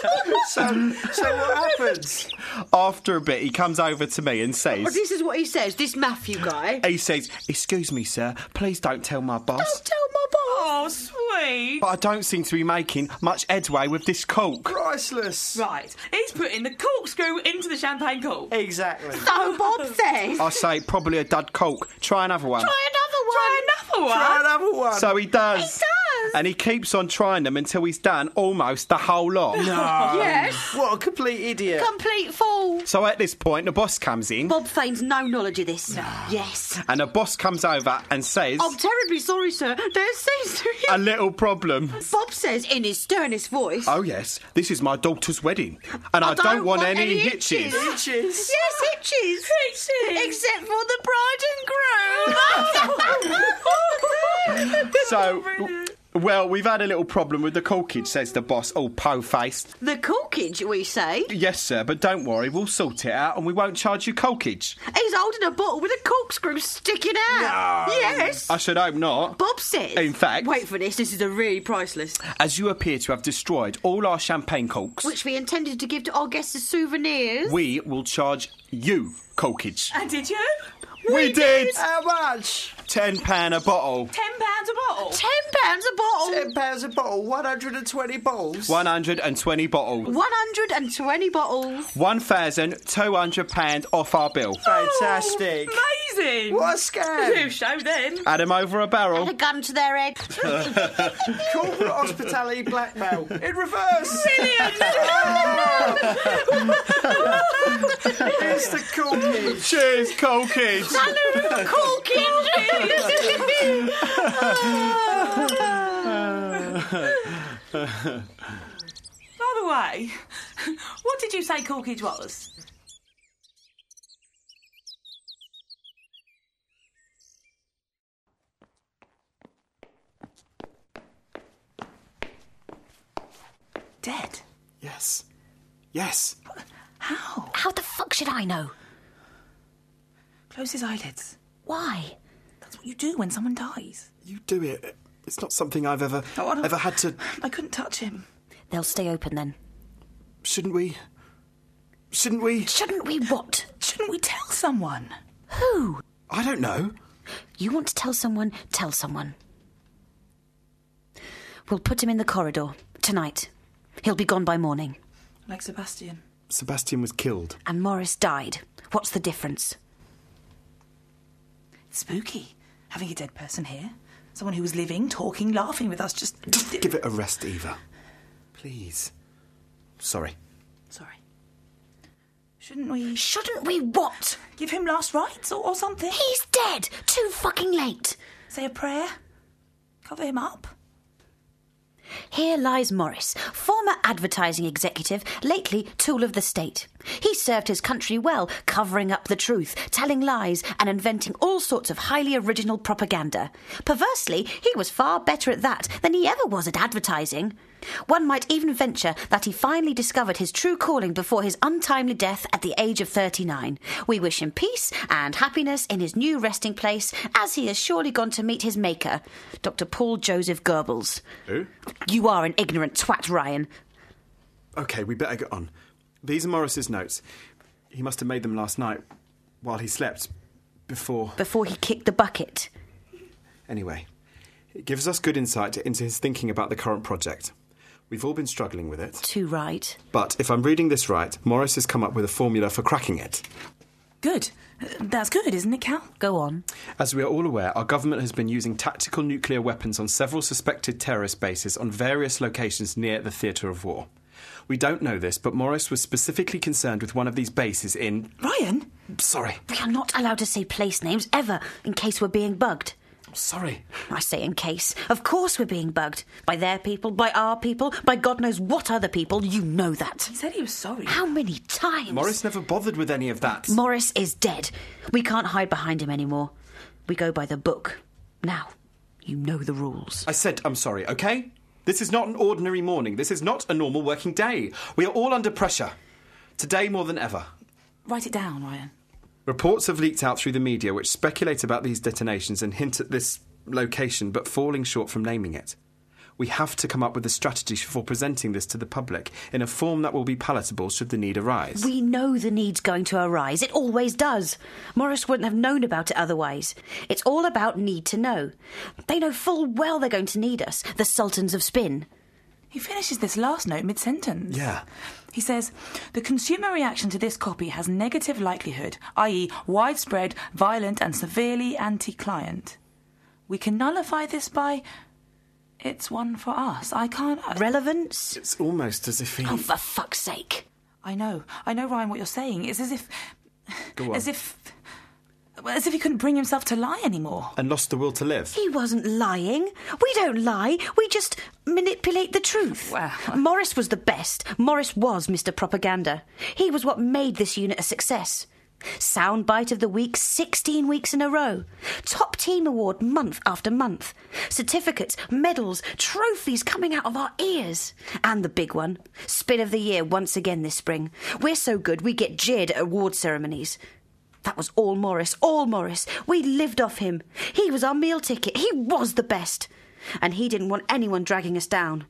S2: So, so what happens?
S1: After a bit, he comes over to me and says,
S7: this is what he says, this Matthew guy.
S1: he says, excuse me, sir, please don't tell my boss.
S7: Tell my boss.
S8: Oh, sweet.
S1: But I don't seem to be making much headway with this cork.
S2: Priceless.
S8: Right. He's putting the corkscrew into the champagne cork.
S2: Exactly.
S7: So Bob says.
S1: I say, probably a dud cork. Try another one.
S7: Try another one.
S8: Another one.
S2: Try another one.
S1: So he does. He
S7: does.
S1: And he keeps on trying them until he's done almost the whole lot.
S7: Yes.
S2: what a complete idiot.
S7: Complete fool.
S1: So at this point, the boss comes in,
S7: Bob feigns no knowledge of this. Yes.
S1: and the boss comes over and says,
S7: I'm terribly sorry, sir. There seems to be.
S1: a little problem.
S7: Bob says in his sternest voice.
S1: Oh, yes, this is my daughter's wedding, and I, don't, want, any, hitches.
S2: Bitches.
S7: Yes, hitches.
S8: Hitches.
S7: Except for the bride and groom.
S1: So, w- well, we've had a little problem with the corkage, says the boss, all po faced.
S7: the corkage, we say,
S1: Yes, sir, but don't worry, we'll sort it out and we won't charge you corkage.
S7: he's holding a bottle with a corkscrew sticking out. Yes.
S1: I should hope not.
S7: Bob says.
S1: In fact-
S7: Wait for this, this is a really priceless.
S1: As you appear to have destroyed all our champagne corks,
S7: Which we intended to give to our guests as souvenirs.
S1: we will charge you corkage.
S8: And did you?
S1: We, did!
S2: How much?
S1: £10 a bottle,
S8: Ten pounds a bottle.
S7: Ten pounds a bottle.
S2: Ten pounds a bottle. One hundred and twenty bottles.
S1: 120 bottles,
S7: 120 bottles.
S1: £1,200 off our bill.
S2: Fantastic.
S8: Oh, Amazing.
S2: what a
S8: You
S2: scam.
S8: show them.
S1: Add 'em over a barrel.
S7: And a gun to their head.
S2: Corporate hospitality blackmail in reverse. Here's the corkage.
S1: Cheers, corkage!
S8: By the way, what did you say corkage was? Dead?
S9: Yes. Yes.
S8: How?
S3: How the fuck should I know?
S8: Close his eyelids.
S3: Why?
S8: That's what you do when someone dies.
S9: You do it. It's not something I've ever
S8: Oh, I don't-
S9: ever had to.
S8: I couldn't touch him.
S3: They'll stay open then.
S9: Shouldn't we? Shouldn't we?
S3: Shouldn't we what?
S8: Shouldn't we tell someone?
S3: Who?
S9: I don't know.
S3: You want to tell someone, tell someone. We'll put him in the corridor tonight. He'll be gone by morning.
S8: Like Sebastian.
S9: Sebastian was killed.
S3: And Morris died. What's the difference?
S8: It's spooky. Having a dead person here. Someone who was living, talking, laughing with us. Just.
S9: Just give it a rest, Eva. Please. Sorry.
S8: Sorry. Shouldn't we
S3: Shouldn't we what?
S8: give him last rites or, or something?
S3: He's dead! Too fucking late!
S8: Say a prayer? Cover him up?
S3: Here lies Morris, former advertising executive, lately tool of the state.
S7: He served his country well, covering up the truth, telling lies, and inventing all sorts of highly original propaganda. Perversely, he was far better at that than he ever was at advertising. One might even venture that he finally discovered his true calling before his untimely death at the age of 39. We wish him peace and happiness in his new resting place, as he has surely gone to meet his maker, Dr. Paul Joseph Goebbels.
S1: Who?
S7: You are an ignorant twat, Ryan.
S1: Okay, we better get on. These are Morris's notes. He must have made them last night while he slept. Before.
S7: Before he kicked the bucket.
S1: Anyway, it gives us good insight into his thinking about the current project. We've all been struggling with it.
S7: Too right.
S1: But if I'm reading this right, Morris has come up with a formula for cracking it.
S8: Good. Uh, That's good, isn't it, Cal?
S7: Go on.
S1: As we are all aware, our government has been using tactical nuclear weapons on several suspected terrorist bases on various locations near the theatre of war. We don't know this, but Morris was specifically concerned with one of these bases in.
S8: Ryan?
S1: Sorry,
S7: We are not allowed to say place names ever in case we're being bugged.
S1: sorry.
S7: I say in case. Of course we're being bugged. By their people, by our people, by God knows what other people. You know that.
S8: He said he was sorry.
S7: How many times?
S1: Morris never bothered with any of that.
S7: Morris is dead. We can't hide behind him anymore. We go by the book. Now, you know the rules.
S1: I said I'm sorry, okay? This is not an ordinary morning. This is not a normal working day. We are all under pressure. Today more than ever.
S8: Write it down, Ryan.
S1: Reports have leaked out through the media which speculate about these detonations and hint at this location, but falling short from naming it. We have to come up with a strategy for presenting this to the public in a form that will be palatable should the need arise.
S7: We know the need's going to arise. It always does. Morris wouldn't have known about it otherwise. It's all about need to know. They know full well they're going to need us, the Sultans of Spin.
S8: He finishes this last note mid sentence.
S1: Yeah.
S8: He says, The consumer reaction to this copy has negative likelihood, i.e., widespread, violent, and severely anti client. We can nullify this by. It's one for us. I can't. I-
S7: Relevance?
S1: It's almost as if he.
S7: Oh, for fuck's sake.
S8: I know. I know, Ryan, what you're saying. It's as if.
S1: Go on.
S8: As if. As if he couldn't bring himself to lie anymore.
S1: And lost the will to live.
S7: He wasn't lying. We don't lie. We just manipulate the truth.
S8: Wow.
S7: Morris was the best. Morris was Mr. Propaganda. He was what made this unit a success. Soundbite of the week 16 weeks in a row. Top team award month after month. Certificates, medals, trophies coming out of our ears. And the big one Spin of the Year once again this spring. We're so good we get jeered at award ceremonies. That was all Morris, all Morris. We lived off him. He was our meal ticket. He was the best. And he didn't want anyone dragging us down.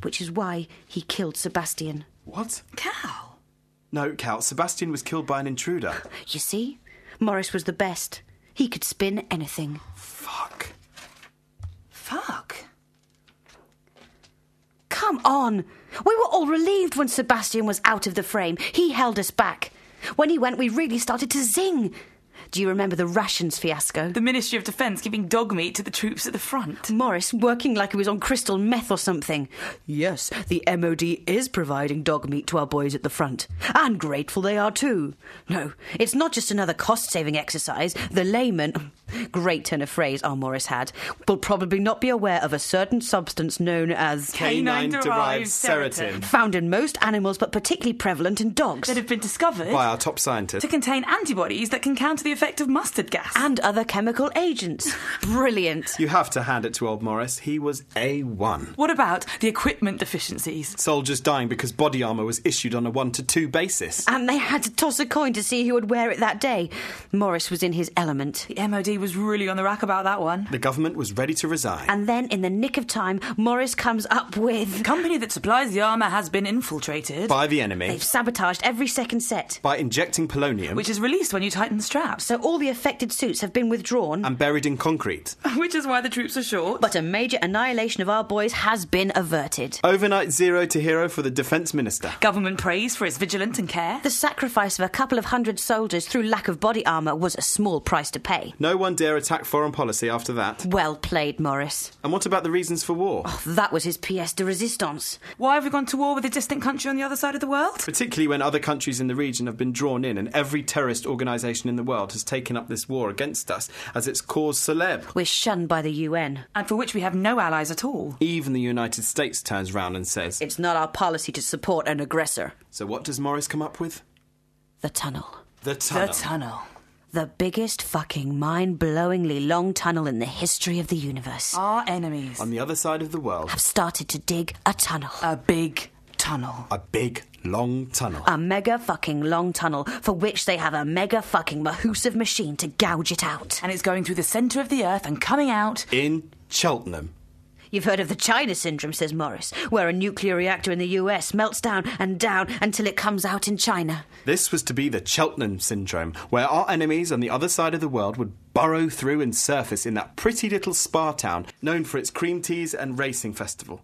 S7: Which is why he killed Sebastian.
S1: What?
S8: Cal.
S1: No, Cal. Sebastian was killed by an intruder.
S7: You see? Morris was the best. He could spin anything.
S1: Fuck.
S8: Fuck.
S7: Come on! We were all relieved when Sebastian was out of the frame. He held us back. When he went, we really started to zing. Do you remember the rations fiasco?
S8: The Ministry of Defence giving dog meat to the troops at the front.
S7: Morris working like he was on crystal meth or something. Yes, the MOD is providing dog meat to our boys at the front. And grateful they are too. No, it's not just another cost saving exercise. The layman, great turn of phrase our Morris had, will probably not be aware of a certain substance known as.
S8: Canine derived
S1: serotin.
S7: Found in most animals, but particularly prevalent in dogs
S8: That have been discovered
S1: By our top scientist.
S8: to contain antibodies that can counter the effect of mustard gas.
S7: and other chemical agents. Brilliant.
S1: You have to hand it to old Morris. He was A1.
S8: What about the equipment deficiencies?
S1: Soldiers dying because body armour was issued on a 1 to 2 basis.
S7: And they had to toss a coin to see who would wear it that day. Morris was in his element.
S8: The MOD was really on the rack about that one.
S1: The government was ready to resign.
S7: And then, in the nick of time, Morris comes up
S8: The
S7: with.
S8: company that supplies the armour has been infiltrated,
S1: by the enemy.
S7: They've sabotaged every second set.
S1: by injecting polonium
S8: which is released when you tighten the straps,
S7: So all the affected suits have been withdrawn.
S1: and buried in concrete.
S8: which is why the troops are short.
S7: but a major annihilation of our boys has been averted.
S1: Overnight zero to hero for the defence minister.
S8: Government praise for its vigilance and care.
S7: The sacrifice of a couple of hundred soldiers through lack of body armour was a small price to pay.
S1: No one one dare attack foreign policy after that.
S7: Well played, Morris.
S1: And what about the reasons for war?
S7: That was his pièce de résistance.
S8: Why have we gone to war with a distant country on the other side of the world?
S1: Particularly when other countries in the region have been drawn in and every terrorist organisation in the world has taken up this war against us as its cause celeb.
S7: We're shunned by the UN.
S8: And for which we have no allies at all.
S1: Even the United States turns round and says.
S7: It's not our policy to support an aggressor.
S1: So what does Morris come up with?
S7: The tunnel.
S1: The tunnel.
S8: The tunnel.
S7: The biggest fucking mind blowingly long tunnel in the history of the universe.
S8: Our enemies.
S1: On the other side of the world,
S7: Have started to dig a tunnel.
S8: A big tunnel.
S1: a big, long tunnel.
S7: A mega fucking long tunnel for which they have a mega fucking mahoosive machine to gouge it out.
S8: And it's going through the centre of the earth and coming out.
S1: in Cheltenham.
S7: You've heard of the China syndrome, says Morris, where a nuclear reactor in the US melts down and down until it comes out in China.
S1: This was to be the Cheltenham syndrome, where our enemies on the other side of the world would burrow through and surface in that pretty little spa town known for its cream teas and racing festival.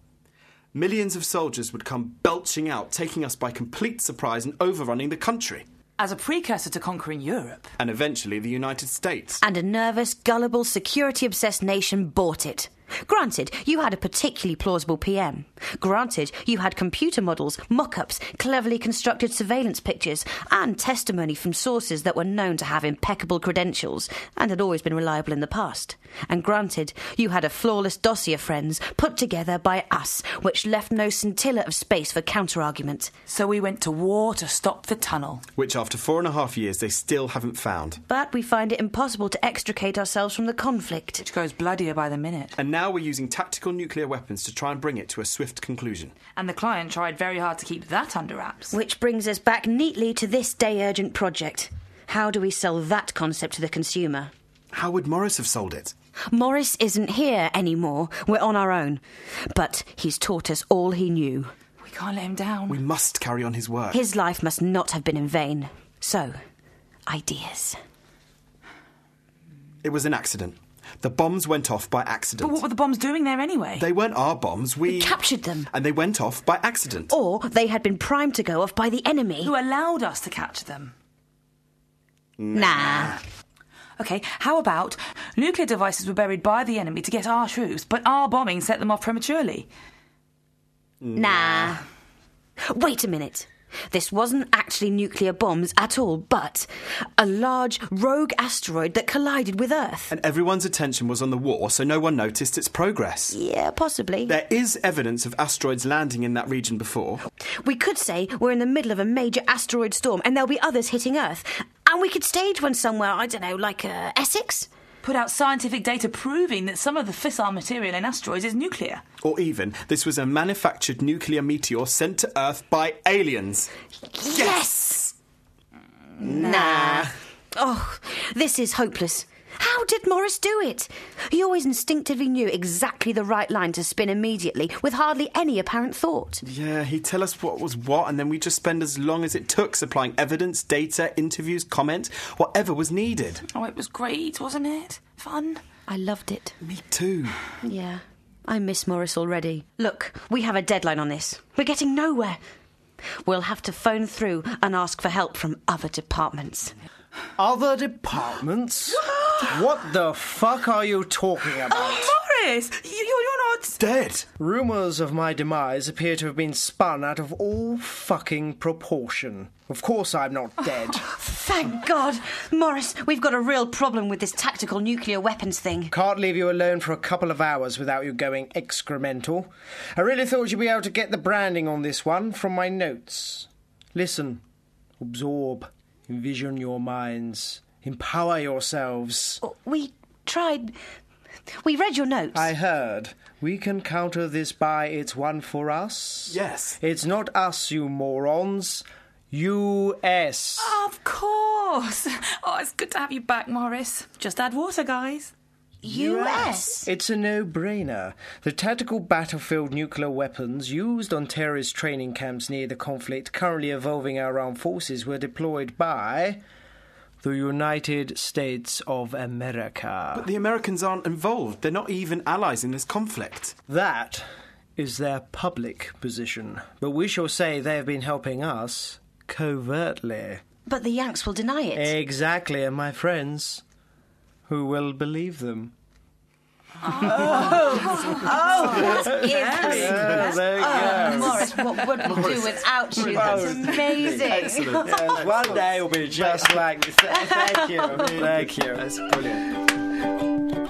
S1: Millions of soldiers would come belching out, taking us by complete surprise and overrunning the country,
S8: As a precursor to conquering Europe.
S1: and eventually the United States.
S7: And a nervous, gullible, security obsessed nation bought it. Granted, you had a particularly plausible PM. Granted, you had computer models, mock ups, cleverly constructed surveillance pictures, and testimony from sources that were known to have impeccable credentials and had always been reliable in the past. And granted, you had a flawless dossier of friends put together by us, which left no scintilla of space for counter argument.
S8: So we went to war to stop the tunnel.
S1: Which, after four and a half years, they still haven't found.
S7: But we find it impossible to extricate ourselves from the conflict.
S8: Which goes bloodier by the minute.
S1: And now we're using tactical nuclear weapons to try and bring it to a swift conclusion.
S8: And the client tried very hard to keep that under wraps.
S7: Which brings us back neatly to this day urgent project. How do we sell that concept to the consumer?
S1: How would Morris have sold it?
S7: Morris isn't here anymore. We're on our own. But he's taught us all he knew.
S8: We can't let him down.
S1: We must carry on his work.
S7: His life must not have been in vain. So, ideas.
S1: It was an accident. The bombs went off by accident.
S8: But what were the bombs doing there anyway?
S1: They weren't our bombs. We,
S7: Captured Oh. them.
S1: and they went off by accident.
S7: Or they had been primed to go off by the enemy.
S8: Who allowed us to catch them?
S7: Nah.
S8: Okay, how about nuclear devices were buried by the enemy to get our troops, but our bombing set them off prematurely?
S7: Nah. Wait a minute. This wasn't actually nuclear bombs at all, but a large rogue asteroid that collided with Earth.
S1: And everyone's attention was on the war, so no one noticed its progress.
S7: Yeah, possibly.
S1: There is evidence of asteroids landing in that region before.
S7: We could say we're in the middle of a major asteroid storm and there'll be others hitting Earth. And we could stage one somewhere, I don't know, like uh, Essex?
S8: Put out scientific data proving that some of the fissile material in asteroids is nuclear.
S1: Or even, this was a manufactured nuclear meteor sent to Earth by aliens.
S7: Yes! Nah. Oh, this is hopeless. How did Morris do it? He always instinctively knew exactly the right line to spin immediately, with hardly any apparent thought.
S1: Yeah, he'd tell us what was what, and then we'd just spend as long as it took supplying evidence, data, interviews, comment, whatever was needed.
S8: Oh, it was great, wasn't it? Fun.
S7: I loved it.
S1: Me too.
S7: Yeah. I miss Morris already. Look, we have a deadline on this. We're getting nowhere. We'll have to phone through and ask for help from other departments.
S2: Other departments? what the fuck are you talking about?
S8: Morris, you, you- you're not.
S1: Dead.
S2: Rumours of my demise appear to have been spun out of all fucking proportion. Of course I'm not dead.
S7: Thank God! Morris, we've got a real problem with this tactical nuclear weapons thing.
S2: Can't leave you alone for a couple of hours without you going excremental. I really thought you'd be able to get the branding on this one from my notes. Listen, absorb, envision your minds, empower yourselves.
S7: We tried. We read your notes.
S2: I heard. We can counter this by it's one for us.
S1: Yes.
S2: It's not us, you morons. U.S.
S8: Of course. Oh, it's good to have you back, Morris. Just add water, guys.
S7: US?
S2: It's a no brainer. The tactical battlefield nuclear weapons used on terrorist training camps near the conflict currently evolving our armed forces were deployed by the United States of America.
S1: The Americans aren't involved. They're not even allies in this conflict.
S2: That is their public position. But we shall say they have been helping us covertly.
S7: But the Yanks will deny it.
S2: Exactly, and my friends.
S10: who will believe them?
S7: Give us
S10: Oh, there you go.
S7: um, Morris, what would we do without you? That's amazing.
S3: Excellent.
S10: Yes, one day will be just like this. Thank you. Thank you.
S3: That's brilliant.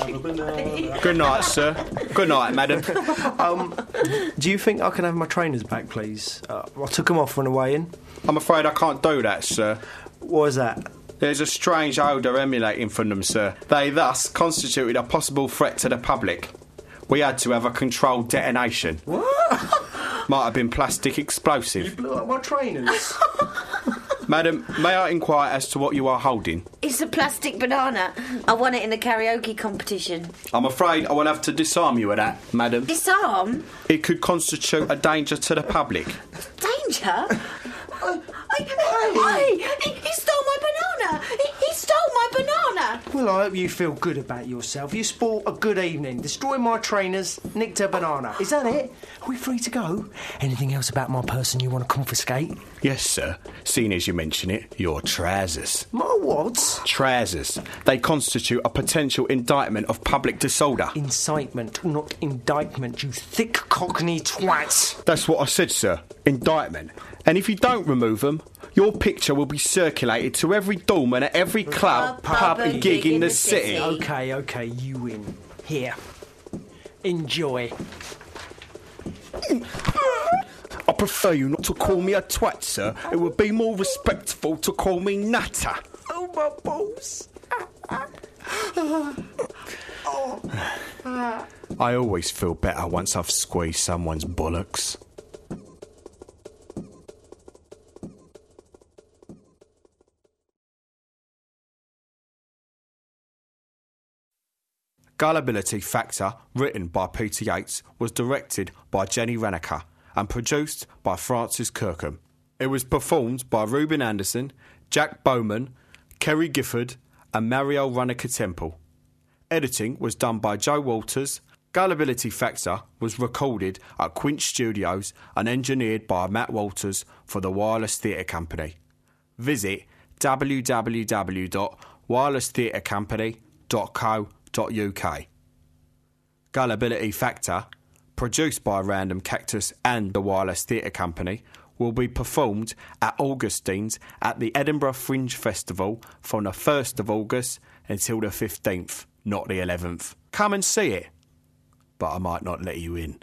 S1: Good night, sir. Good night, madam.
S2: Do you think I can have my trainers back, please? Uh, I took them off on the way in.
S1: I'm afraid I can't do that, sir.
S2: What is that?
S1: There's a strange odour emanating from them, sir. They thus constituted a possible threat to the public. We had to have a controlled detonation. What? Might have been plastic explosive.
S2: Look like my trainers.
S1: Madam, may I inquire as to what you are holding?
S7: It's a plastic banana. I won it in the karaoke competition.
S1: I'm afraid I will have to disarm you of that, madam.
S7: Disarm?
S1: It could constitute a danger to the public.
S7: Danger? I, I, he, he stole my banana! He, he stole my banana!
S2: well, I hope you feel good about yourself. You sport a good evening. Destroy my trainers, nicked a banana. Is that it? Are we free to go? Anything else about my person you want to confiscate?
S1: Yes, sir. Seeing as you mention it, your trousers.
S2: My what?
S1: Trousers. They constitute a potential indictment of public disorder.
S2: Incitement, not indictment, you thick cockney twat.
S1: That's what I said, sir. Indictment. And if you don't remove them, your picture will be circulated to every doorman at every club, pub, and gig in the city.
S2: Okay, okay, you win. Here. Enjoy.
S1: Mm-hmm. I prefer you not to call me a twat, sir. It would be more respectful to call me Natter.
S2: Oh, my balls.
S1: I always feel better once I've squeezed someone's bollocks. Gullibility Factor, written by Peter Yates, was directed by Jenny Reneker and produced by Francis Kirkham. It was performed by Ruben Anderson, Jack Bowman, Kerry Gifford, and Mario Reneker Temple. Editing was done by Joe Walters. Gullibility Factor was recorded at Quinch Studios and engineered by Matt Walters for the Wireless Theatre Company. Visit www.wirelesstheatrecompany.co.uk. Gullibility Factor, produced by Random Cactus and the Wireless Theatre Company, will be performed at Augustine's at the Edinburgh Fringe Festival from the 1st of August until the 15th, not the 11th. Come and see it, but I might not let you in.